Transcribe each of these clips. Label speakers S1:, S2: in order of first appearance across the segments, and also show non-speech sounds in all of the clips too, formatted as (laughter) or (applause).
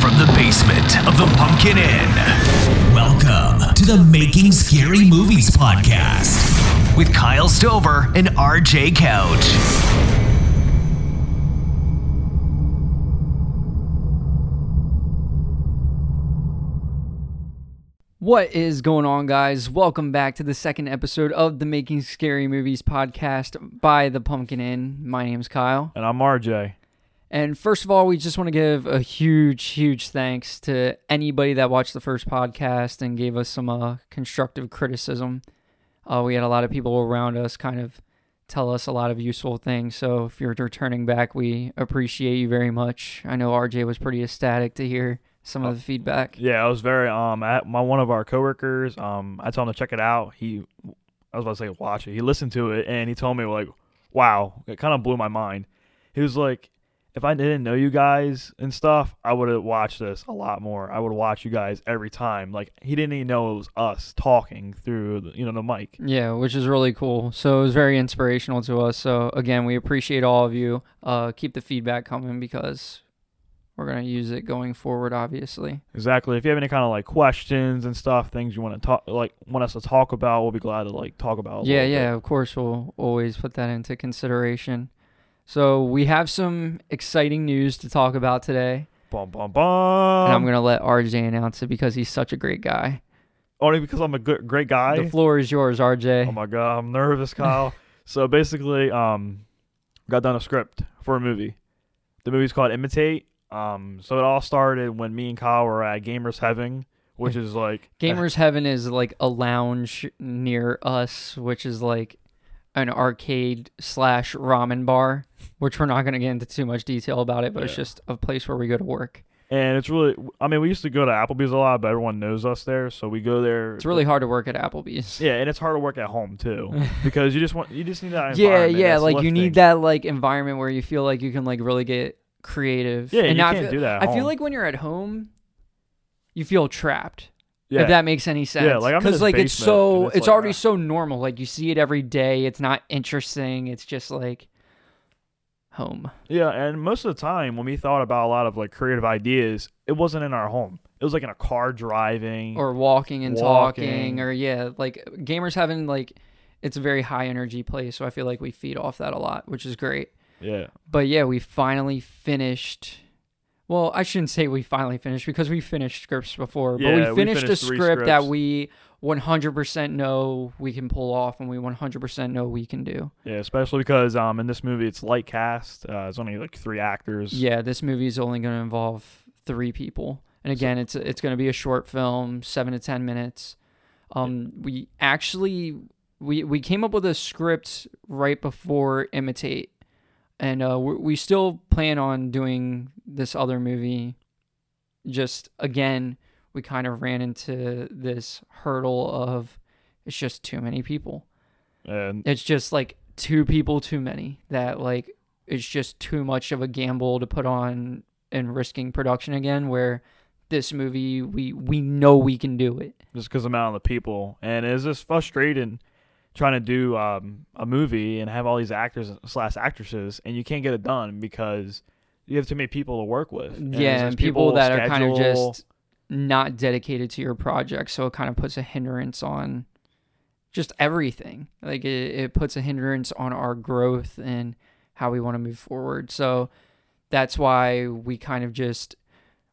S1: from the basement of the Pumpkin Inn. Welcome to the Making Scary Movies podcast with Kyle Stover and RJ Couch.
S2: What is going on, guys? Welcome back to the second episode of the Making Scary Movies podcast by The Pumpkin Inn. My name's Kyle.
S3: And I'm RJ.
S2: And first of all, we just want to give a huge, huge thanks to anybody that watched the first podcast and gave us some uh, constructive criticism. Uh, we had a lot of people around us kind of tell us a lot of useful things. So if you're returning back, we appreciate you very much. I know RJ was pretty ecstatic to hear some of the feedback.
S3: Yeah, I was very um at my one of our coworkers. Um, I told him to check it out. He, I was about to say watch it. He listened to it and he told me like, wow, it kind of blew my mind. He was like, if I didn't know you guys and stuff, I would have watched this a lot more. I would watch you guys every time. Like he didn't even know it was us talking through the, you know the mic.
S2: Yeah, which is really cool. So it was very inspirational to us. So again, we appreciate all of you. Uh, keep the feedback coming because we're gonna use it going forward. Obviously,
S3: Exactly. If you have any kind of like questions and stuff, things you want to talk like want us to talk about, we'll be glad to like talk about. a
S2: yeah,
S3: little bit.
S2: yeah. Of course, we'll always put that into consideration. So we have some exciting news to talk about today,
S3: Bum bum bum.
S2: and I'm gonna let RJ announce it because he's such a great guy.
S3: only because I'm a good, great guy.
S2: The floor is yours, RJ.
S3: Oh my god, I'm nervous, Kyle.
S2: (laughs)
S3: so basically, um, got done a script for a movie. The movie's called Imitate. Um, so it all started when me and Kyle were at Gamers Heaven, which is like
S2: (laughs) Gamers Heaven is like a lounge near us, which is like an arcade slash ramen bar, which we're not going to get into too much detail about it, but it's just a place where we go to work.
S3: and it's really. I mean, we used to go to Applebee's a lot, but everyone knows us there, so we go there.
S2: It's really hard to work at Applebee's.
S3: yeah, and it's hard to work at home too because you just want you just need
S2: (laughs)
S3: that.
S2: Yeah,
S3: environment
S2: yeah,
S3: that's
S2: like you
S3: lifting.
S2: need that like environment where you feel like you can like really get creative.
S3: Yeah, you
S2: I
S3: can't
S2: feel,
S3: do that at
S2: I feel
S3: home.
S2: like when you're at home, you feel trapped.
S3: Yeah,
S2: If that makes any sense.
S3: like, I'm in
S2: because
S3: this
S2: like it's
S3: basement,
S2: so
S3: and
S2: it's,
S3: it's, like,
S2: already
S3: ah.
S2: so normal. Like you see it every day. It's not interesting. It's just like home.
S3: yeah, and most of the time when we thought about a lot of like creative ideas, it wasn't in our home. It was like in a car driving
S2: or walking and talking
S3: Mm. Walking.
S2: or yeah like gamers having like it's a very high energy place so i feel like we feed off that a lot which is great
S3: yeah.
S2: but yeah we finally finished well i shouldn't say we finally finished because we finished scripts before
S3: Yeah,
S2: but we
S3: we
S2: finished,
S3: finished
S2: a
S3: three
S2: script that
S3: scripts.
S2: we 100% know we can pull off and we 100% know we can do
S3: Yeah, especially because um in this movie it's light cast. Uh, it's only like three actors.
S2: yeah this movie is only going to involve three people and again it's it's going to be a short film seven to ten minutes um we actually we we came up with a script right before imitate and uh we we still plan on doing this other movie just again we kind of ran into this hurdle of it's just too many people
S3: And
S2: it's just like two people too many that like it's just too much of a gamble to put on and risking production again where this movie we we know we can do it
S3: just because amount of the people, and it's just frustrating trying to do um a movie and have all these actors slash actresses, and you can't get it done because you have too many people to work with. And it's
S2: yeah
S3: just
S2: and people that are kind of
S3: schedule.
S2: just not dedicated to your project so it kind of puts a hindrance on just everything like it, it puts a hindrance on our growth and how we want to move forward so that's why we kind of just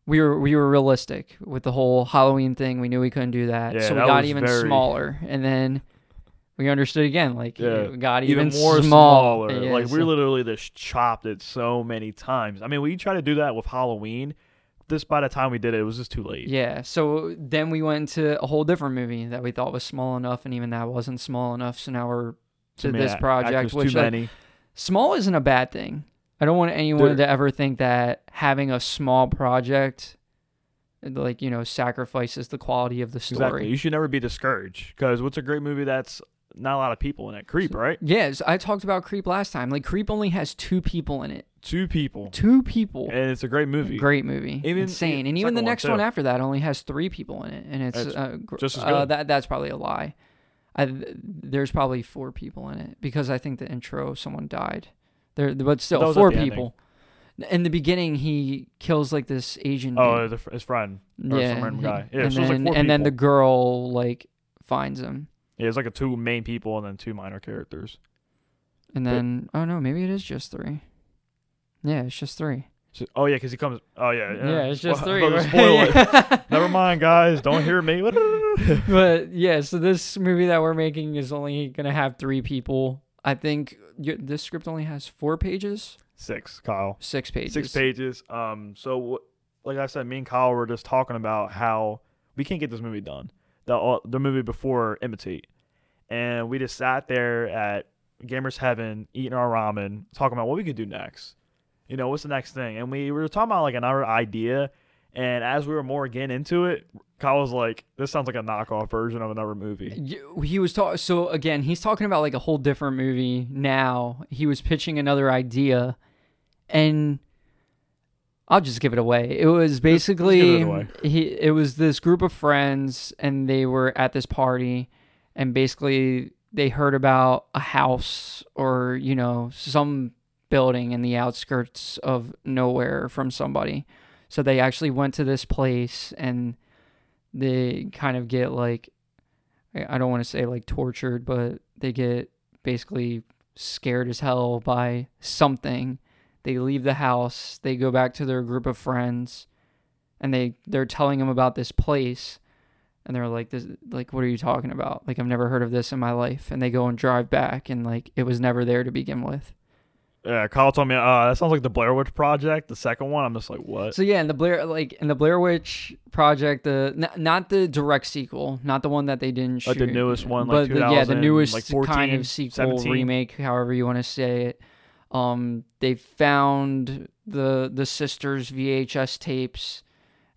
S2: we were we were realistic with the whole halloween thing we knew we couldn't do that
S3: Yeah,
S2: so we
S3: that
S2: got
S3: was
S2: even
S3: very-
S2: smaller and then we understood again like
S3: Yeah,
S2: it got even,
S3: even, more
S2: small.
S3: smaller.
S2: Yeah,
S3: like we
S2: so-
S3: literally just chopped it so many times. I mean, we tried to do that with Halloween. This by the time we did it, it was just too late.
S2: Yeah. So then we went to a whole different movie that we thought was small enough, and even that wasn't small enough. So now we're to
S3: Too many
S2: this
S3: ac-
S2: project,
S3: actors,
S2: which
S3: too
S2: like,
S3: many.
S2: small isn't a bad thing. I don't want anyone
S3: There-
S2: to ever think that having a small project, like you know, sacrifices the quality of the story.
S3: Exactly. You should never be discouraged because what's a great movie that's not a lot of people in it? Creep, right?
S2: Yes, I talked about Creep last time. Like Creep only has two people in it.
S3: Two people,
S2: Two people.
S3: and it's a great movie.
S2: Great movie.
S3: Even-
S2: Insane.
S3: yeah,
S2: And even the
S3: second one,
S2: next one
S3: too.
S2: after that only has three people in it. And it's,
S3: That's
S2: uh, gr-
S3: just as
S2: Uh,
S3: good.
S2: that, that's probably a lie. I, there's probably four people in it because I think the intro someone died. There, but still
S3: That was at
S2: four
S3: the
S2: people.
S3: ending.
S2: in the beginning he kills like this Asian.
S3: Oh,
S2: dude.
S3: his, his friend. or some random
S2: he-
S3: guy. Yeah,
S2: and
S3: so it's, like,
S2: then
S3: four
S2: and then the
S3: people.
S2: girl like finds him,
S3: Yeah, it's like a two main people and then two minor characters.
S2: and
S3: But-
S2: then oh no, maybe it is just three. Yeah, it's just three.
S3: So- oh yeah, because he comes. Oh yeah. Yeah,
S2: Yeah, it's just
S3: Well, (laughs)
S2: three.
S3: I was about to
S2: (laughs)
S3: spoil it. Never mind, guys. Don't hear me. (laughs)
S2: but yeah, so this movie that we're making is only gonna have three people. I think y- this script only has four pages,
S3: Six, Kyle.
S2: six pages.
S3: Six pages. Um. So, wh- like I said, me and Kyle were just talking about how we can't get this movie done. The uh, the movie before imitate, and we just sat there at Gamers Heaven eating our ramen, talking about what we could do next. You know, what's the next thing? And we were talking about like another idea. And as we were more getting into it, Kyle was like, "This sounds like a knockoff version of another movie."
S2: Y- He was talking. So again, he's talking about like a whole different movie now. He was pitching another idea, and I'll just give it away. It was basically
S3: away.
S2: he. It was this group of friends, and they were at this party, and basically they heard about a house or you know some building in the outskirts of nowhere from somebody. So they actually went to this place and they kind of get like I I don't want to say like tortured, but they get basically scared as hell by something. They leave the house, they go back to their group of friends, and they they're telling them about this place. And they're like, this, like, what are you talking about? Like, I've never heard of this in my life. And they go and drive back, and like, it was never there to begin with.
S3: Yeah, Kyle told me, "Uh, that sounds like the Blair Witch Project, the second one." I'm just like, "What?"
S2: So yeah, and the Blair, like, in the Blair Witch Project, the n- not the direct sequel, not the one that they didn't shoot,
S3: Like the newest one, like
S2: but the, yeah, the
S3: 2000,
S2: newest
S3: like 14,
S2: kind of sequel
S3: 17.
S2: remake, however you want to say it. Um, they found the the sisters' VHS tapes,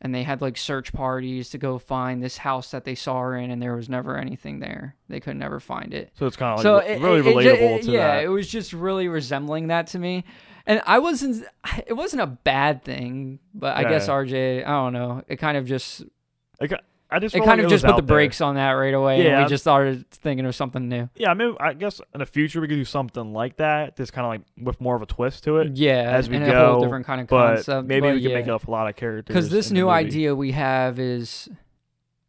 S2: and they had like search parties to go find this house that they saw her in, and there was never anything there. They could never find it
S3: So it's kind of like
S2: so
S3: re-
S2: it,
S3: really
S2: it- it ju-
S3: relatable
S2: it-
S3: to
S2: yeah,
S3: that.
S2: it was just really resembling that to me, and I wasn't. It wasn't a bad thing, but I guess
S3: Yeah.
S2: RJ, I don't know. It kind of just it
S3: It, ki- I just felt
S2: kind
S3: like
S2: of
S3: was
S2: just put the
S3: out there.
S2: brakes on that right away, and
S3: Yeah.
S2: we just started thinking of something new.
S3: Yeah, I mean, I guess in the future we could do something like that, just kind of like with more of a twist to it.
S2: Yeah,
S3: as we
S2: and
S3: go,
S2: a whole different kind of
S3: but
S2: Mm, concept.
S3: maybe
S2: but
S3: we can
S2: yeah.
S3: make up a lot of characters.
S2: because this
S3: in the
S2: new
S3: movie.
S2: idea we have is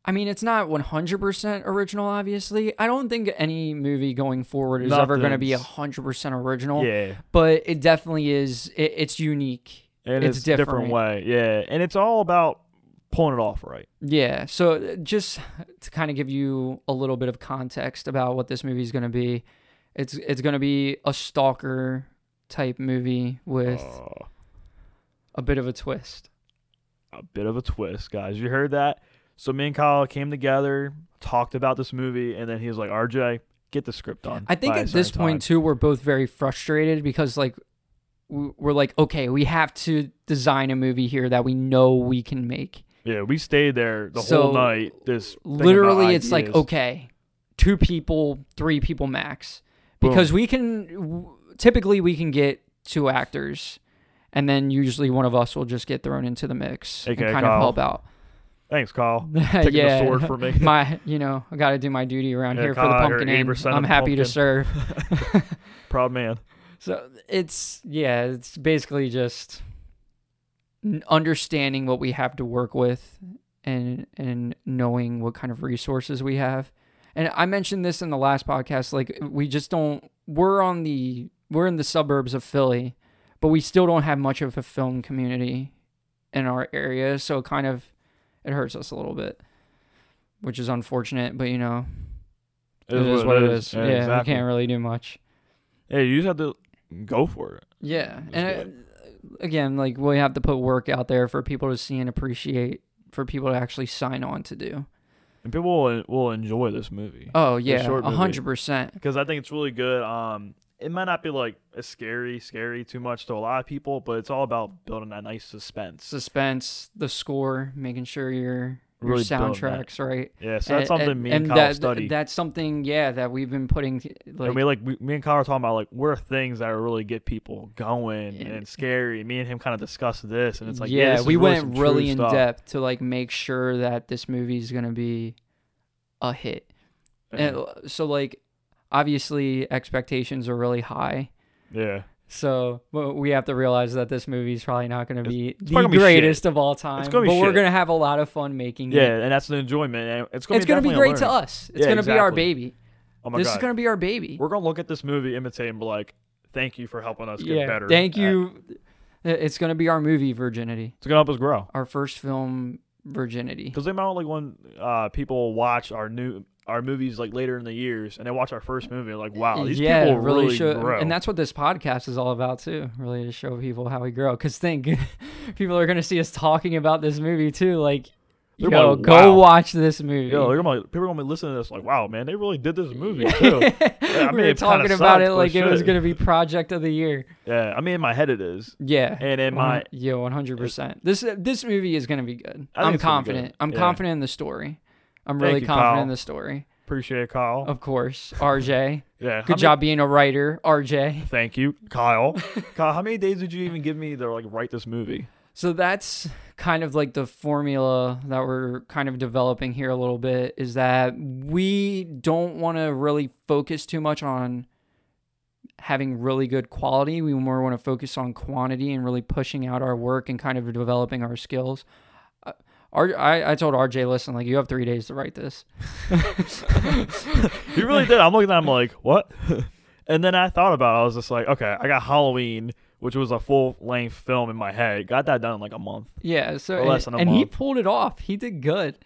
S2: i mean it's not 100% original obviously i don't think any movie going forward is ever going to be
S3: Nothing's-
S2: 100% original
S3: yeah,
S2: but it definitely is it, it's unique
S3: and
S2: it's
S3: it's, a different
S2: different.
S3: way. Yeah, and it's all about pulling it off right.
S2: yeah so uh, just to kind of give you a little bit of context about what this movie is going to be it's it's going to be a stalker type movie with
S3: Uh,
S2: a bit of a twist
S3: a bit of a twist, guys. You heard that? So me and Kyle came together, talked about this movie, and then he was like, "RJ, get the script done."
S2: I think
S3: by a
S2: at this
S3: certain
S2: point
S3: time."
S2: too, we're both very frustrated because like w- we're like, okay, we have to design a movie here that we know we can make.
S3: yeah, we stayed there the
S2: So,
S3: whole night. This
S2: Literally, it's like okay, two people, three people max, because we can w- typically we can get two actors, and then usually one of us will just get thrown into the mix
S3: AKA
S2: and kind
S3: Kyle.
S2: of help out.
S3: Thanks,
S2: (laughs)
S3: Kyle.
S2: Taking
S3: the sword for me.
S2: (laughs) my, you know, I got to do my duty around
S3: Yeah,
S2: here for
S3: Kyle,
S2: the
S3: you're
S2: pumpkin. and
S3: 80% of
S2: I'm
S3: the
S2: happy
S3: pumpkin.
S2: to serve.
S3: Proud man.
S2: So it's yeah, it's basically just n- understanding what we have to work with and and knowing what kind of resources we have. And I mentioned this in the last podcast like we just don't we're on the we're in the suburbs of Philly, but we still don't have much of a film community in our area, so it kind of it hurts us a little bit, which is unfortunate, but you know, it is what it is. Yeah,
S3: exactly.
S2: we can't really do much.
S3: Yeah, you just have to go for it.
S2: Yeah,
S3: That's
S2: and I- again, like we have to put work out there for people to see and appreciate, for people to actually sign on to do.
S3: And people will, will enjoy this movie.
S2: Oh yeah,
S3: short
S2: a
S3: movie.
S2: hundred percent.
S3: Because I think it's really good. Um, It might not be like a scary, scary too much to a lot of people, but it's all about building that nice suspense.
S2: Suspense, the score, making sure your your
S3: Really building that.
S2: soundtracks right.
S3: Yeah, so that's something me and, Kyle
S2: that,
S3: study.
S2: That's something, yeah, that we've been putting like.
S3: and we like we, me and Kyle are talking about like what are things that really get people going
S2: Yeah.
S3: and scary. Me and him kind of discuss this, and it's like
S2: yeah,
S3: this is
S2: we
S3: really some
S2: went
S3: true
S2: really in
S3: stuff.
S2: depth to like make sure that this movie is gonna be a hit. uh,
S3: Yeah.
S2: And so like, obviously, expectations are really high.
S3: yeah,
S2: So w- we have to realize that this movie's probably not going to be the
S3: probably gonna be
S2: greatest of all time,
S3: gonna be
S2: but we're
S3: shit.
S2: going to have a lot of fun making
S3: Yeah,
S2: it.
S3: and that's the enjoyment. And it's gonna
S2: it's
S3: be
S2: going to be
S3: definitely a
S2: great to
S3: learning.
S2: us. It's
S3: Yeah,
S2: going to be our
S3: exactly.
S2: baby.
S3: Oh my
S2: this
S3: god,
S2: is going to be our baby.
S3: we're gonna look at this movie, imitate, and be like, "Thank you for helping us get
S2: yeah.
S3: better."
S2: Thank
S3: at-
S2: you. It's going to be our movie virginity,
S3: It's gonna help us grow
S2: our first film virginity.
S3: because they might like when uh, people watch our new our movies like later in the years, and they watch our first movie, they're like, "Wow, these
S2: Uh, yeah,
S3: people
S2: really,
S3: really,
S2: show,
S3: grow."
S2: and that's what this podcast is all about too. Really, to show people how we grow. Because think, (laughs) people are going to see us talking about this movie too. Like,
S3: They're
S2: yo,
S3: like,
S2: go
S3: wow.
S2: watch this movie.
S3: Yo, they're gonna, people are gonna be listening to this like, "Wow, man, they really did this movie
S2: (laughs)
S3: too."
S2: we
S3: Yeah, I
S2: were
S3: it kinda
S2: talking about
S3: sucked,
S2: it
S3: but
S2: like it was
S3: shit.
S2: going to be project of the year.
S3: Yeah, I mean, in my head it is.
S2: Yeah.
S3: And in
S2: One hun-
S3: my-
S2: yeah, one hundred percent. This this movie is going to be good.
S3: I think
S2: I'm
S3: it's gonna be
S2: confident.
S3: good.
S2: I'm
S3: Yeah.
S2: confident in the story. I'm
S3: Thank
S2: really
S3: you,
S2: confident
S3: Kyle.
S2: in the story.
S3: Appreciate it, Kyle.
S2: Of course, RJ.
S3: yeah, (laughs) how
S2: Good
S3: many-
S2: job being a writer, RJ.
S3: Thank you,
S2: (laughs)
S3: Kyle. Kyle, how many days did you even give me to like write this movie?
S2: So that's kind of like the formula that we're kind of developing here a little bit is that we don't want to really focus too much on having really good quality. We more want to focus on quantity and really pushing out our work and kind of developing our skills. Uh, R- I, I told RJ, listen, like you have three days to write this.
S3: You really did. I'm looking at. it, I'm like, what? and then I thought about. it. I was just like, okay, I got Halloween, which was a full length film in my head. Got that done in like a month.
S2: Yeah. So
S3: Or less than
S2: and,
S3: a
S2: and he
S3: month.
S2: pulled it off. He did good.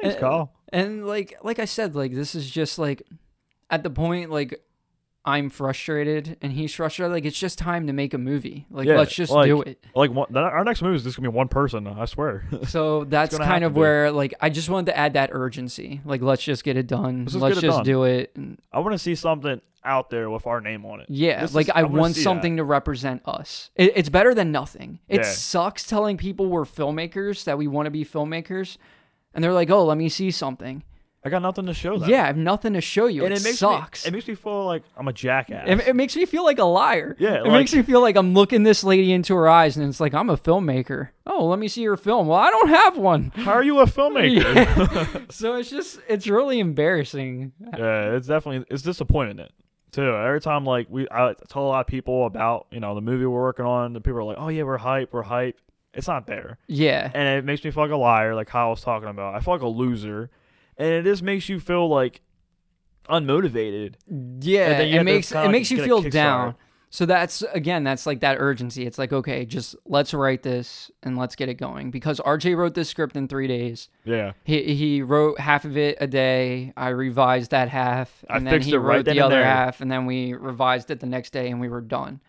S3: Thanks,
S2: Uh,
S3: Kyle.
S2: And like like I said, like this is just like at the point like I'm frustrated and he's frustrated. Like it's just time to make a movie. Like
S3: Yeah,
S2: let's just
S3: like-
S2: do
S3: (laughs)
S2: it.
S3: Like one, then our next movie is just gonna be one person. I
S2: (laughs)
S3: swear.
S2: So that's
S3: gonna
S2: kind
S3: have
S2: of
S3: to be.
S2: where like I just wanted to add that urgency. Like let's just get it done. Let's
S3: just
S2: just,
S3: get it done.
S2: do it. And
S3: I want to see something out there with our name on it.
S2: yeah,
S3: This is-
S2: like I,
S3: wanna
S2: want
S3: see
S2: something
S3: that.
S2: to represent us. It, it's better than nothing. It
S3: Yeah.
S2: sucks telling people we're filmmakers that we want to be filmmakers, and they're like, "Oh, let me see something."
S3: I got nothing to show them.
S2: Yeah, I have nothing to show you.
S3: and
S2: it,
S3: it, makes
S2: sucks.
S3: Me, it makes me feel like I'm a jackass.
S2: It, it makes me feel like a liar.
S3: Yeah,
S2: It
S3: like-
S2: makes me feel like I'm looking this lady into her eyes and it's like, I'm a filmmaker. Oh, let me see your film. Well, I don't have one. (laughs)
S3: How are you a filmmaker? Yeah,
S2: So it's just, it's really embarrassing.
S3: it's definitely it's disappointment too. Every time like we I tell a lot of people about you know the movie we're working on, the people are like, oh yeah, we're hype, we're hype. It's not there,
S2: Yeah.
S3: and it makes me feel like a liar, like Kyle was talking about. I feel like a loser, and it just makes you feel like unmotivated.
S2: Yeah.
S3: then
S2: It
S3: you have to
S2: makes,
S3: kinda
S2: it makes you
S3: get a
S2: feel
S3: Kickstarter.
S2: down. So that's, again, that's like that urgency. It's like, okay, just let's write this and let's get it going because RJ wrote this script in three days.
S3: Yeah,
S2: He, he wrote half of it a day. I revised that half,
S3: I
S2: and then
S3: fixed
S2: he
S3: it right
S2: wrote
S3: then
S2: the
S3: and
S2: other
S3: there.
S2: half, and then we revised it the next day, and we were done.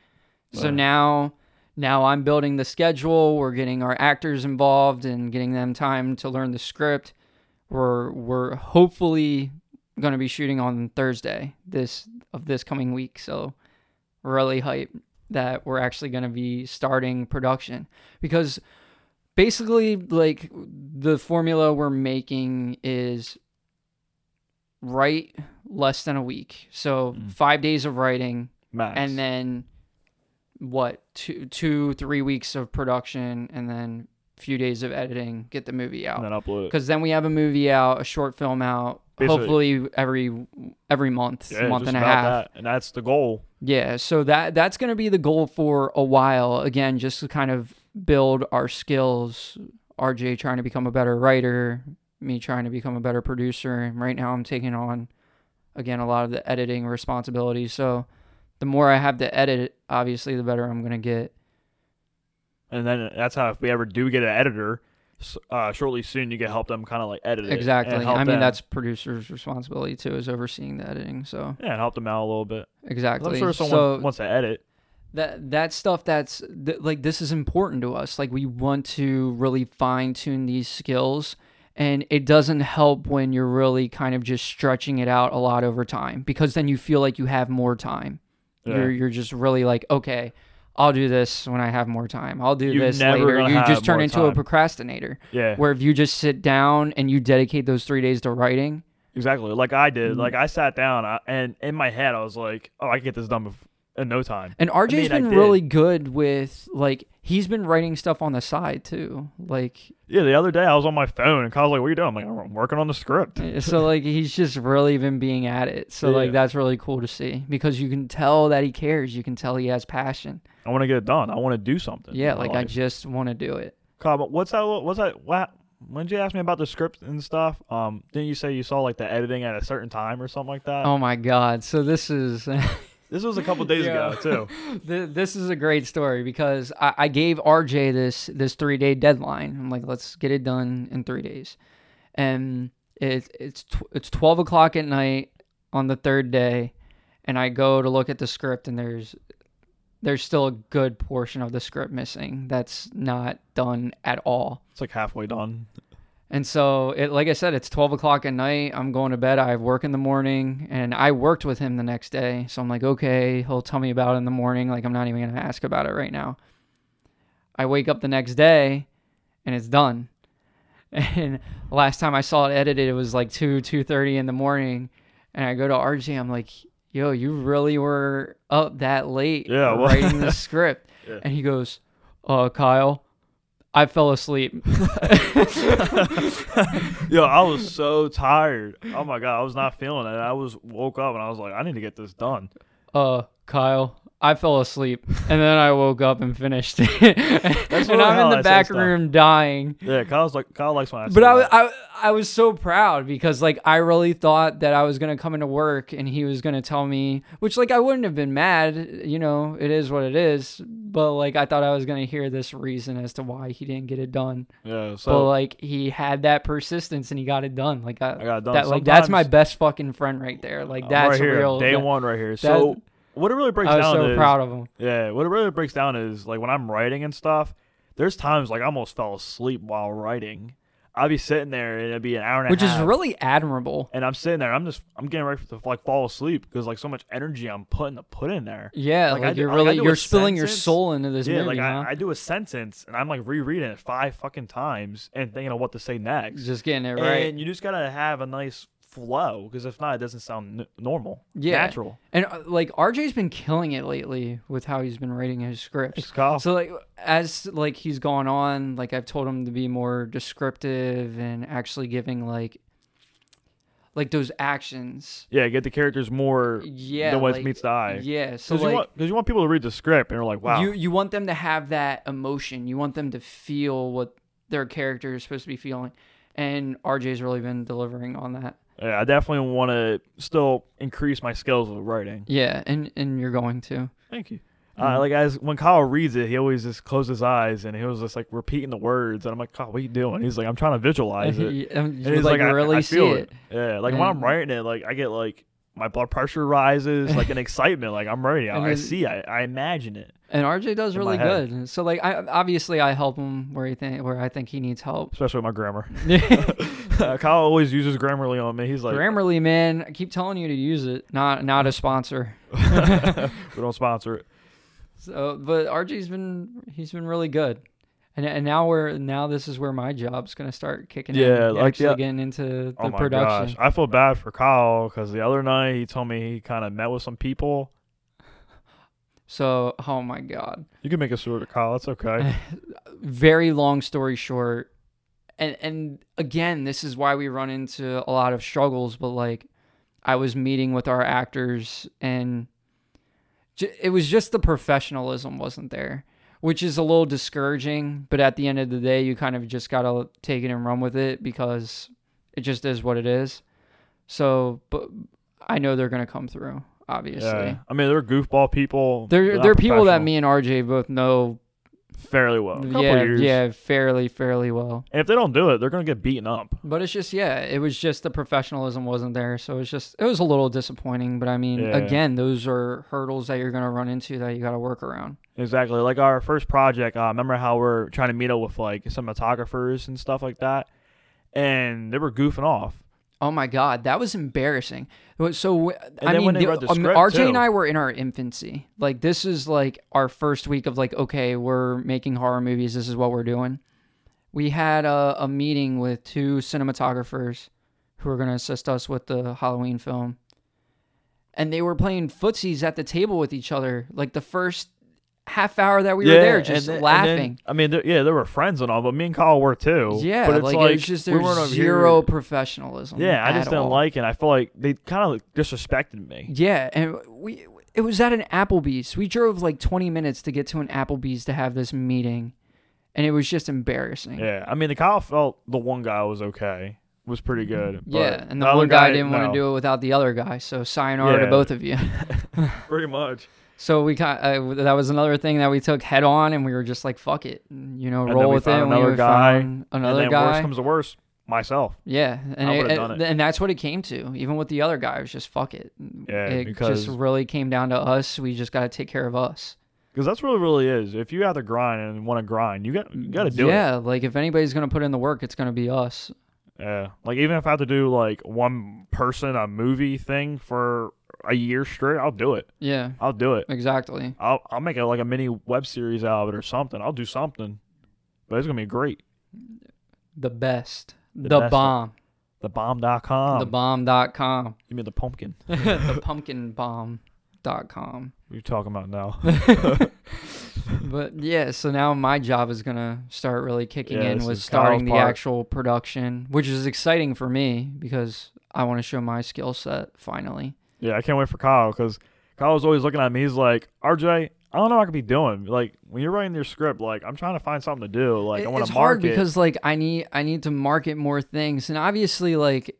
S2: So now, now I'm building the schedule. We're getting our actors involved and getting them time to learn the script. We're we're hopefully going to be shooting on Thursday this of this coming week. So really hype that we're actually going to be starting production because basically like the formula we're making is write less than a week so
S3: Mm.
S2: five days of writing
S3: Max.
S2: and then what two two three weeks of production and then few days of editing get the movie
S3: and
S2: out
S3: then upload. it.
S2: because then we have a movie out a short film out
S3: Basically-
S2: hopefully every every month
S3: Yeah,
S2: month
S3: just
S2: and a
S3: about
S2: half
S3: that. and that's the goal.
S2: yeah, so that that's going to be the goal for a while. Again, just to kind of build our skills. RJ trying to become a better writer, me trying to become a better producer, and right now I'm taking on again a lot of the editing responsibilities. So the more I have to edit, obviously the better I'm going to get.
S3: And then that's how if we ever do get an editor, s- uh, shortly soon you can help them kind of like edit it. and
S2: Exactly.
S3: help
S2: I mean,
S3: them-
S2: that's producer's responsibility too is overseeing the editing. So
S3: yeah, and help them out a little bit. 'Cause
S2: exactly.
S3: I'm sure someone
S2: so
S3: wants to edit.
S2: that that stuff that's th- like this is important to us like we want to really fine tune these skills and it doesn't help when you're really kind of just stretching it out a lot over time because then you feel like you have more time
S3: Yeah.
S2: you're you're just really like okay I'll do this when I have more time. I'll do
S3: You're
S2: this
S3: never
S2: later.
S3: gonna
S2: You
S3: have
S2: just turn
S3: more
S2: into a
S3: time.
S2: procrastinator.
S3: Yeah,
S2: Where if you just sit down and you dedicate those three days to writing, Mm-hmm.
S3: exactly. Like I did. Like I sat down I, and in my head I was like, oh, I can get this done bef- in no time.
S2: And RJ's
S3: I
S2: been
S3: did.
S2: really good with like he's been writing stuff on the side too. Like
S3: Yeah, the other day I was on my phone and Kyle's like, "What are you doing?" I'm like, "I'm working on the script."
S2: (laughs) so like he's just really been being at it. So like
S3: Yeah.
S2: that's really cool to see because you can tell that he cares. You can tell he has passion.
S3: I want to get it done. I want to do something.
S2: Yeah,
S3: in my
S2: like I
S3: life.
S2: just want to do it.
S3: Kyle, but what's that? What's that? What? When did you ask me about the script and stuff? Um, didn't you say you saw like the editing at a certain time or something like that?
S2: Oh my god. So this is (laughs)
S3: This was a couple days
S2: Yeah. (laughs)
S3: ago too.
S2: Th- this is a great story because I, I gave RJ this this three day deadline. I'm like, let's get it done in three days, and it, it's tw- it's twelve o'clock at night on the third day, and I go to look at the script, and there's there's still a good portion of the script missing that's not done at all.
S3: It's like halfway done.
S2: And so, it, like I said, it's 12 o'clock at night. I'm going to bed. I have work in the morning. And I worked with him the next day. So I'm like, okay, he'll tell me about it in the morning. Like, I'm not even going to ask about it right now. I wake up the next day and it's done. (laughs) And last time I saw it edited, it was like 2, 2.30 in the morning. And I go to RJ. I'm like, yo, you really were up that late
S3: Yeah, well-
S2: writing this script. And he goes, uh, Kyle, I fell asleep.
S3: Yo, I was so tired. Oh my god, I was not feeling it. I was woke up and I was like, I need to get this done.
S2: uh, Kyle, I fell asleep. And then I woke up and finished it. (laughs) and
S3: really
S2: I'm
S3: how
S2: in
S3: I
S2: the
S3: say
S2: back
S3: stuff.
S2: room dying.
S3: Yeah, Kyle's like Kyle likes when I.
S2: But
S3: say
S2: I, wa-
S3: that.
S2: I, I was so proud because, like, I really thought that I was going to come into work and he was going to tell me, which, like, I wouldn't have been mad. You know, it is what it is. But, like, I thought I was going to hear this reason as to why he didn't get it done.
S3: yeah.
S2: but,
S3: So
S2: like, he had that persistence and he got it done. Like, I,
S3: I got it done.
S2: That, like, that's my
S3: Sometimes-
S2: best fucking friend right there. Like, that's
S3: right here,
S2: real.
S3: day
S2: that-
S3: one right here. So what it really breaks
S2: I was
S3: down
S2: so
S3: is
S2: proud of him.
S3: yeah, what it really breaks down is like when I'm writing and stuff. There's times like I almost fell asleep while writing. I'd be sitting there and it'd be an hour and a
S2: which
S3: half.
S2: is really admirable.
S3: and I'm sitting there. I'm just I'm getting ready to like fall asleep because like so much energy I'm putting to put in there.
S2: Yeah, like,
S3: Like, I do-
S2: you're
S3: like, I
S2: really
S3: do a
S2: you're spilling your
S3: sentence.
S2: soul into this
S3: Yeah,
S2: movie,
S3: like
S2: huh?
S3: I, I do a sentence and I'm like rereading it five fucking times and thinking of what to say next.
S2: Just getting it right.
S3: And you just gotta have a nice flow because if not, it doesn't sound n- normal,
S2: yeah,
S3: natural.
S2: And uh, like RJ's been killing it lately with how he's been writing his scripts.
S3: Kyle.
S2: So like as like he's gone on, like I've told him to be more descriptive and actually giving like like those actions.
S3: yeah, get the characters more
S2: Yeah,
S3: than what
S2: like-
S3: meets the eye.
S2: Yeah, so like
S3: because you want because you want people to read the script and they're like, wow,
S2: You you want them to have that emotion. You want them to feel what their character is supposed to be feeling. And RJ's really been delivering on that.
S3: yeah, I definitely want to still increase my skills with writing.
S2: Yeah, and and you're going to.
S3: Thank you.
S2: Mm-hmm.
S3: Uh, like as when Kyle reads it, he always just closes his eyes and he was just like repeating the words, and I'm like, Kyle, what are you doing? He's like, I'm trying to visualize it.
S2: Yeah, and (laughs) you
S3: And he's
S2: like,
S3: I-
S2: really
S3: I
S2: see
S3: feel
S2: it. Mm-hmm.
S3: Yeah, like when I'm
S2: And-
S3: writing it, like I get like my blood pressure
S2: (laughs)
S3: rises, like an excitement, like I'm writing. it.
S2: And
S3: I
S2: then-
S3: see, I, I
S2: (laughs)
S3: imagine it,
S2: And RJ does
S3: in
S2: really
S3: my head.
S2: good. So like I obviously I help him where he think where I think he needs
S3: (laughs)
S2: help.
S3: especially with my grammar. Kyle always uses Grammarly on me. He's like,
S2: Grammarly, man, I keep telling you to use it. Not not a sponsor.
S3: (laughs) we don't sponsor it.
S2: So but RJ's been he's been really good. And, and now we're now this is where my job's gonna start kicking in.
S3: Yeah, like,
S2: actually
S3: yeah.
S2: getting into the
S3: Oh my
S2: production.
S3: gosh, I feel bad for Kyle because the other night he told me he kind of met with some people.
S2: So, oh my God.
S3: You can make a story to Kyle.
S2: (laughs)
S3: It's okay.
S2: Very long story short. And, and again, this is why we run into a lot of struggles, but like I was meeting with our actors and j- it was just the professionalism wasn't there, which is a little discouraging. But at the end of the day, you kind of just got to take it and run with it because it just is what it is. So, but I know they're going to come through, obviously.
S3: yeah. I mean, they're goofball people.
S2: They're,
S3: not
S2: they're people that
S3: professional.
S2: me and RJ both know
S3: fairly well. A couple
S2: yeah,
S3: years.
S2: yeah, fairly, fairly well.
S3: And if they don't do it, they're gonna get beaten up.
S2: But it's just, yeah, it was just the professionalism wasn't there, so it's just, it was a little disappointing. But I mean,
S3: Yeah.
S2: again, those are hurdles that you're gonna run into that you gotta work around.
S3: Exactly. Like our first project, uh, remember how we're trying to meet up with like cinematographers and stuff like that, and they were goofing off.
S2: Oh my god, that was embarrassing. Wa- So wh- I
S3: then
S2: mean,
S3: when they
S2: the-
S3: read the
S2: um,
S3: script,
S2: RJ and
S3: too.
S2: I were in our infancy. Like this is like our first week of like, okay, we're making horror movies. This is what we're doing. We had a, a meeting with two cinematographers who were going to assist us with the Halloween film, and they were playing footsies at the table with each other. Like the first half hour that we were there, just
S3: and then- and then-
S2: laughing.
S3: I mean, there, yeah, there were friends and all, but me and Kyle were too.
S2: yeah,
S3: but it's
S2: like,
S3: like
S2: it's just
S3: we
S2: there's
S3: weren't over here-
S2: zero professionalism.
S3: Yeah, I
S2: at
S3: just didn't
S2: all.
S3: like it. I feel like they kind of disrespected me.
S2: Yeah, and we it was at an Applebee's. We drove like 20 minutes to get to an Applebee's to have this meeting, and it was just embarrassing.
S3: Yeah, I mean, the Kyle felt the one guy was okay, was pretty good. but
S2: Yeah, and the,
S3: other
S2: one guy, didn't want
S3: no.
S2: to do it without the other guy, so sayonara
S3: Yeah.
S2: to both of you. (laughs)
S3: Pretty much.
S2: so we kind uh, that was another thing that we took head on, and we were just like, "Fuck it," you know,
S3: And
S2: roll
S3: then we
S2: with
S3: found
S2: it. and we
S3: another guy,
S2: found another
S3: and then
S2: guy,
S3: worse comes to worse, myself.
S2: yeah, and
S3: I
S2: it,
S3: would've done
S2: and-
S3: it.
S2: and that's what it came to. Even with the other guy, it was just fuck it.
S3: Yeah,
S2: it
S3: because-
S2: just really came down to us. We just got to take care of us.
S3: Because that's really, really is. If you have to grind and want to grind, you got you got to do it.
S2: yeah, like if anybody's gonna put in the work, it's gonna be us.
S3: Yeah. Like even if I have to do like one person a movie thing for a year straight, I'll do it.
S2: Yeah,
S3: I'll do it.
S2: exactly.
S3: I'll I'll make a, like a mini web series out of it or something. I'll do something. But it's gonna be great.
S2: The best, the,
S3: best.
S2: bomb,
S3: The bomb.com.
S2: the bomb.com,
S3: you mean the pumpkin?
S2: the pumpkin bomb.com.
S3: What are you talking about now? (laughs)
S2: But yeah, so now my job is gonna start really kicking
S3: Yeah,
S2: in
S3: this
S2: with
S3: is Kyle's
S2: starting the
S3: part.
S2: actual production, which is exciting for me because I want to show my skill set finally.
S3: yeah, I can't wait for Kyle because Kyle's always looking at me. He's like, RJ, I don't know what I could be doing. Like when you're writing your script, like I'm trying to find something to do. Like
S2: It-
S3: I want
S2: it's
S3: to
S2: hard
S3: market.
S2: because like I need I need to market more things, and obviously like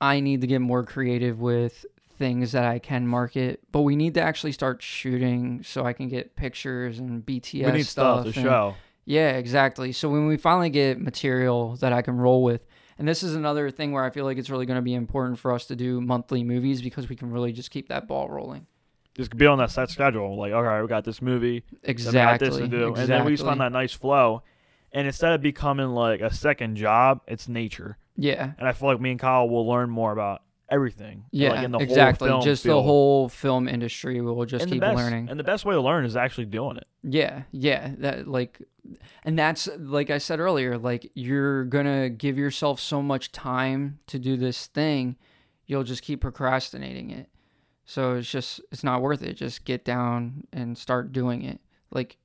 S2: I need to get more creative with things that I can market. But we need to actually start shooting so I can get pictures and BTS
S3: we need stuff, to
S2: and-
S3: show.
S2: Yeah, exactly. So when we finally get material that I can roll with, and this is another thing where I feel like it's really going to be important for us to do monthly movies because we can really just keep that ball rolling.
S3: Just be on that set schedule. Like, all right, we got this movie. then we got
S2: Exactly.
S3: this to do.
S2: exactly.
S3: And then we just find that nice flow. And instead of becoming like a second job, it's nature.
S2: Yeah.
S3: And I feel like me and Kyle will learn more about everything.
S2: Yeah.
S3: like in the whole
S2: exactly.
S3: film
S2: just the
S3: field.
S2: whole film industry. We will just
S3: and
S2: keep
S3: the best,
S2: learning.
S3: And the best way to learn is actually doing it.
S2: Yeah, yeah, that like and that's like I said earlier, like you're going to give yourself so much time to do this thing, you'll just keep procrastinating it. So it's just it's not worth it. Just get down and start doing it. Like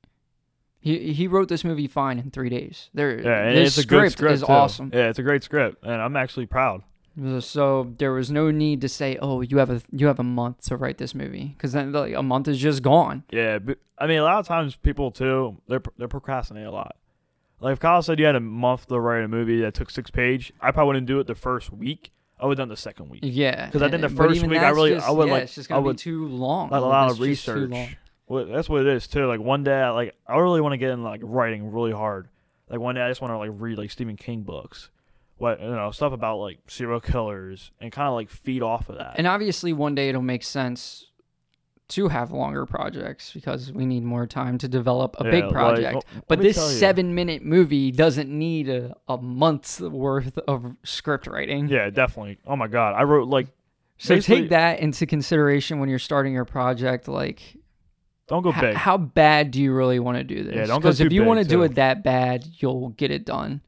S2: he he wrote this movie fine in 3 days. There
S3: Yeah, and
S2: this
S3: it's a good script
S2: is
S3: too.
S2: awesome.
S3: Yeah, it's a great script, and I'm actually proud.
S2: So there was no need to say, "Oh, you have a you have a month to write this movie." Cuz then like a month is just gone.
S3: Yeah, but, I mean, a lot of times people too they are they procrastinate a lot. Like if Kyle said you had a month to write a movie that took six page, I probably wouldn't do it the first week. I would have done the second week.
S2: Yeah,
S3: 'Cause I think the
S2: and- but
S3: first
S2: even
S3: week I
S2: that's
S3: really-
S2: just,
S3: I would,
S2: yeah,
S3: like-
S2: it's just
S3: I
S2: gonna
S3: would-
S2: be too long.
S3: like a lot
S2: That's
S3: of
S2: just too long.
S3: research. Well, that's what it is too. Like one day, I, like I really want to get in like writing really hard. Like one day, I just want to like read like Stephen King books, what you know stuff about like serial killers and kind of like feed off of that.
S2: And obviously, one day it'll make sense to have longer projects because we need more time to develop a
S3: Yeah,
S2: big
S3: like,
S2: project.
S3: let- let
S2: but
S3: me
S2: this
S3: tell you.
S2: seven-minute movie doesn't need a, a month's worth of script writing.
S3: yeah, definitely. Oh my god, I wrote like
S2: so
S3: basically-
S2: take that into consideration when you're starting your project. Like,
S3: don't go
S2: h-
S3: big.
S2: how bad do you really want to do this?
S3: Yeah, don't go
S2: Because if
S3: too
S2: you
S3: big,
S2: want to do
S3: too.
S2: it that bad, you'll get it done.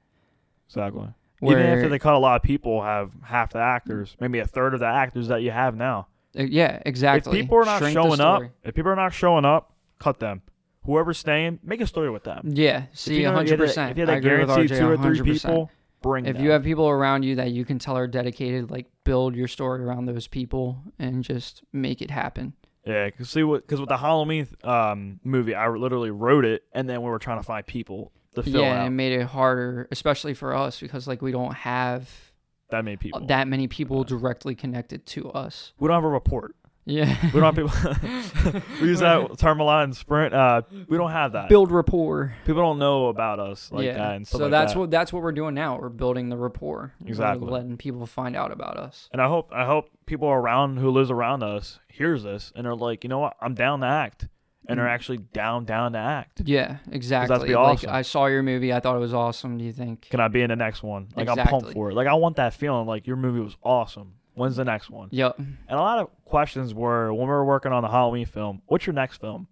S3: exactly. Even
S2: Where-
S3: after they cut a lot of people, have half the actors, maybe a third of the actors that you have now.
S2: Uh, Yeah, exactly.
S3: If people are not
S2: Shrink the
S3: showing up,
S2: story.
S3: if people are not showing up, cut them. Whoever's staying, make a story with them.
S2: Yeah, see,
S3: know you
S2: hundred
S3: had that-
S2: percent.
S3: If you had
S2: I
S3: that
S2: agree with
S3: guaranteed
S2: RJ
S3: two or three
S2: 100%.
S3: people, bring
S2: if
S3: them.
S2: you have people around you that you can tell are dedicated, like build your story around those people and just make it happen.
S3: yeah, 'cause see what because with the Halloween um, movie, I literally wrote it, and then we were trying to find people to fill
S2: yeah,
S3: out
S2: and it made it harder, especially for us because like we don't have
S3: that many people.
S2: that many people directly connected to us.
S3: we don't have a report.
S2: Yeah,
S3: We don't have people. (laughs) we use that Termaline Sprint. Uh, we don't have that.
S2: (laughs) build rapport.
S3: people don't know about us like
S2: yeah,
S3: that, and stuff
S2: so
S3: like
S2: that's
S3: that.
S2: what that's what we're doing now. We're building the rapport. We're
S3: Exactly.
S2: letting people find out about us.
S3: And I hope I hope people around who lives around us hears this and are like, you know what, I'm down to act, and
S2: Mm.
S3: are actually down down to act.
S2: Yeah, exactly.
S3: be awesome.
S2: Like I saw your movie, I thought it was awesome. Do you think?
S3: Can I be in the next one? Like I'm pumped
S2: Exactly.
S3: for it. Like I want that feeling. Like your movie was awesome. When's the next one?
S2: Yep.
S3: And a lot of questions were when we were working on the Halloween film. What's your
S2: (laughs)
S3: next film?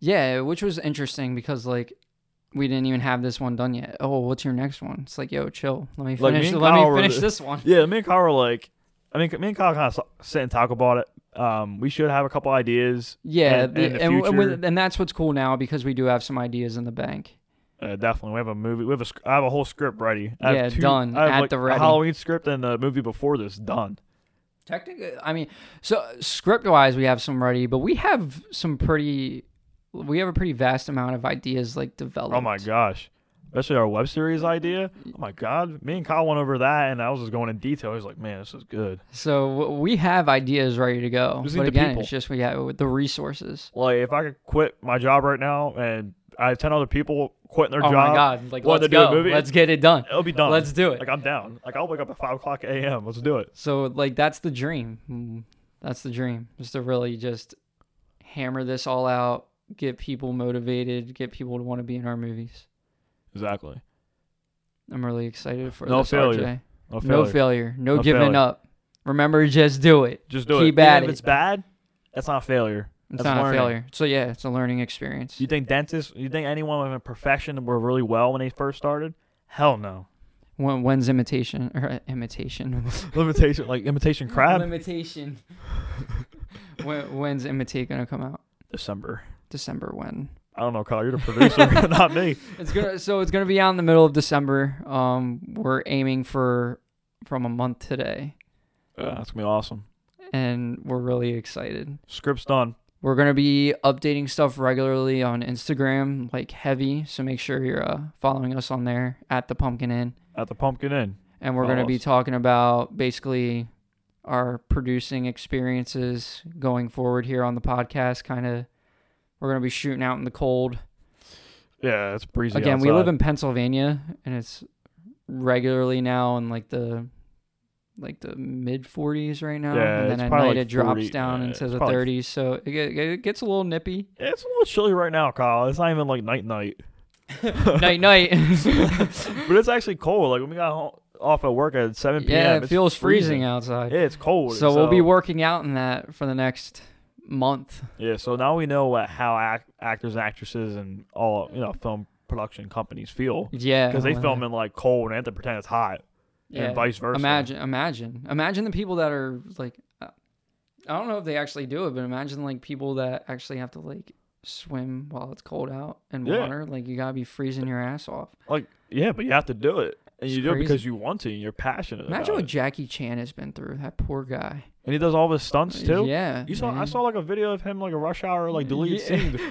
S2: Yeah, which was interesting because like we didn't even have this one done yet. Oh, what's your next one? It's like, yo, chill. Let me
S3: Like, me
S2: finish.
S3: and
S2: let
S3: Kyle
S2: me
S3: were (laughs)
S2: finish
S3: the-
S2: this one.
S3: Yeah, me and Kyle were like, I mean, me and Kyle kind of sit and talk about it um, we should have a couple ideas.
S2: Yeah,
S3: and-
S2: the-
S3: and the
S2: and, and,
S3: future-
S2: with- and that's what's cool now because we do have some ideas in the bank.
S3: Uh, definitely, we have a movie. We have a. sc- I have a whole script ready. I
S2: Yeah,
S3: have two,
S2: done,
S3: I have
S2: at
S3: like
S2: the
S3: a
S2: ready.
S3: Halloween script and the movie before this done.
S2: Technically, I mean, so script wise, we have some ready, but we have some pretty, we have a pretty vast amount of ideas like developed.
S3: Oh my gosh. Especially our web series idea. Oh my god. Me and Kyle went over that and I was just going in detail. He's like, Man, this is good.
S2: So w- we have ideas ready to go,
S3: Just need
S2: but
S3: the
S2: again,
S3: people.
S2: it's just we have the resources.
S3: Like if I could quit my job right now and I have ten other people quitting their
S2: Oh
S3: job.
S2: my god! Like let's
S3: wanting to do a
S2: go.
S3: movie,
S2: Let's get it done.
S3: it'll be done.
S2: Let's do it.
S3: Like I'm down. Like I'll wake up at five o'clock AM. Let's do it.
S2: So like that's the dream. Mm, That's the dream. Is to really just hammer this all out, get people motivated, get people to want to be in our movies.
S3: Exactly.
S2: I'm really excited for
S3: No
S2: this,
S3: failure.
S2: RJ.
S3: No failure.
S2: No failure. No,
S3: No
S2: giving
S3: failure.
S2: up. Remember, just do it.
S3: Just do it.
S2: Keep
S3: Even
S2: at
S3: if
S2: it.
S3: it's bad, that's not a failure.
S2: It's
S3: That's
S2: not
S3: learning.
S2: a failure. So yeah, it's a learning experience.
S3: You think dentists you think anyone in a profession were really well when they first started? Hell no. (laughs)
S2: When, when's imitation (laughs) or uh, imitation?
S3: Limitation like imitation
S2: (laughs)
S3: crab?
S2: Limitation. when, when's imitate gonna come out?
S3: December.
S2: December when?
S3: I don't know, Kyle, you're the producer, (laughs) not me.
S2: It's gonna so it's gonna be out in the middle of December. Um, we're aiming for from a month today,
S3: Yeah, that's gonna be awesome.
S2: and we're really excited.
S3: Script's done.
S2: We're gonna be updating stuff regularly on Instagram, like heavy. So make sure you're uh, following us on there at the Pumpkin Inn,
S3: At the Pumpkin Inn.
S2: and we're
S3: Follow
S2: gonna be
S3: us.
S2: talking about basically our producing experiences going forward here on the podcast. Kind of, we're gonna be shooting out in the cold.
S3: Yeah, it's breezy.
S2: again we
S3: outside.
S2: live in pennsylvania and it's regularly now in like the like the mid 40s right now
S3: Yeah,
S2: and
S3: it's
S2: then at night
S3: probably like
S2: it drops
S3: 40
S2: down
S3: yeah,
S2: into
S3: it's
S2: the
S3: probably-
S2: 30s so it, ge- it gets a little
S3: (laughs)
S2: nippy
S3: It's a little chilly right now, Kyle. It's not even like night night,
S2: (laughs) night night (laughs)
S3: (laughs) but it's actually cold. Like when we got ho- off at work at seven p.m.
S2: yeah it
S3: it's
S2: feels freezing,
S3: freezing
S2: outside
S3: Yeah, it's cold.
S2: so, we'll be working out in that for the next month
S3: Yeah, so now we know what, how ac- actors, and actresses, and all you know film production companies feel
S2: yeah
S3: because they
S2: well,
S3: film in like cold and they have to pretend it's hot,
S2: yeah.
S3: and vice versa.
S2: imagine imagine imagine the people that are like uh, i don't know if they actually do it but imagine like people that actually have to like swim while it's cold out and
S3: Yeah.
S2: water like you gotta be freezing your ass off
S3: like yeah, but you have to do it, and you
S2: It's
S3: do it
S2: crazy.
S3: because you want to, and you're passionate.
S2: imagine
S3: about
S2: what
S3: it.
S2: jackie chan has been through that poor guy
S3: and he does all of his stunts too.
S2: Oh, yeah
S3: You saw? I
S2: man.
S3: saw like a video of him like a rush hour like deleted
S2: Yeah.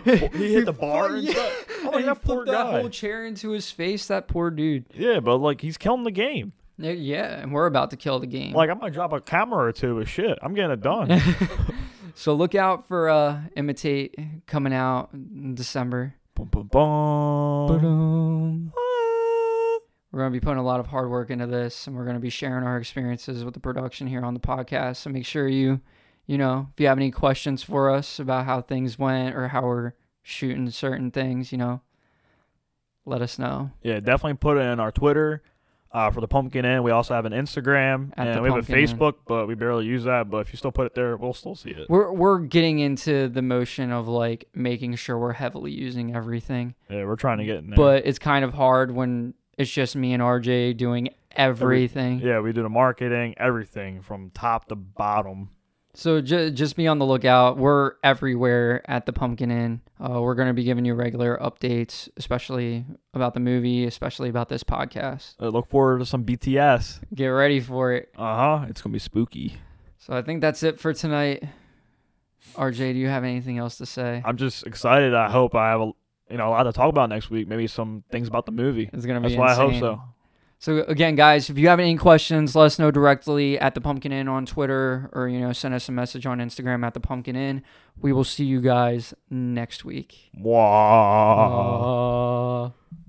S2: (laughs)
S3: scene. He hit the bar and
S2: Yeah.
S3: stuff. Oh my
S2: and he
S3: god, poor
S2: flipped that
S3: guy.
S2: whole chair into his face that poor dude
S3: yeah, but like he's killing the game.
S2: yeah, yeah and we're about to kill the game
S3: Like I might drop a camera or two of shit. I'm getting it
S2: (laughs)
S3: done.
S2: so look out for uh imitate coming out in december
S3: boom, boom, boom.
S2: We're going to be putting a lot of hard work into this and we're going to be sharing our experiences with the production here on the podcast. So make sure you, you know, if you have any questions for us about how things went or how we're shooting certain things, you know, let us know.
S3: Yeah, definitely put it in our Twitter. Uh, for the pumpkin inn, we also have an Instagram
S2: At the
S3: and we have a
S2: Pumpkin Inn.
S3: Facebook, but we barely use that. But if you still put it there, we'll still see it.
S2: We're we're getting into the motion of like making sure we're heavily using everything.
S3: Yeah, we're trying to get in there.
S2: But it's kind of hard when it's just me and RJ doing everything.
S3: yeah, we do the marketing, everything from top to bottom.
S2: So ju- just be on the lookout. We're everywhere at the Pumpkin Inn. Uh, we're going to be giving you regular updates, especially about the movie, especially about this podcast.
S3: Uh, look forward to some BTS.
S2: Get ready for it.
S3: Uh huh. It's gonna be spooky.
S2: So I think that's it for tonight. RJ, do you have anything else to say?
S3: I'm just excited. I hope I have a you know a lot to talk about next week. Maybe some things about the movie.
S2: It's going to
S3: That's
S2: be
S3: why I hope
S2: insane.
S3: so.
S2: So again, guys, if you have any questions, let us know directly at the Pumpkin Inn on Twitter, or you know, send us a message on Instagram at the Pumpkin Inn. We will see you guys next week.
S3: Wow.
S2: Uh,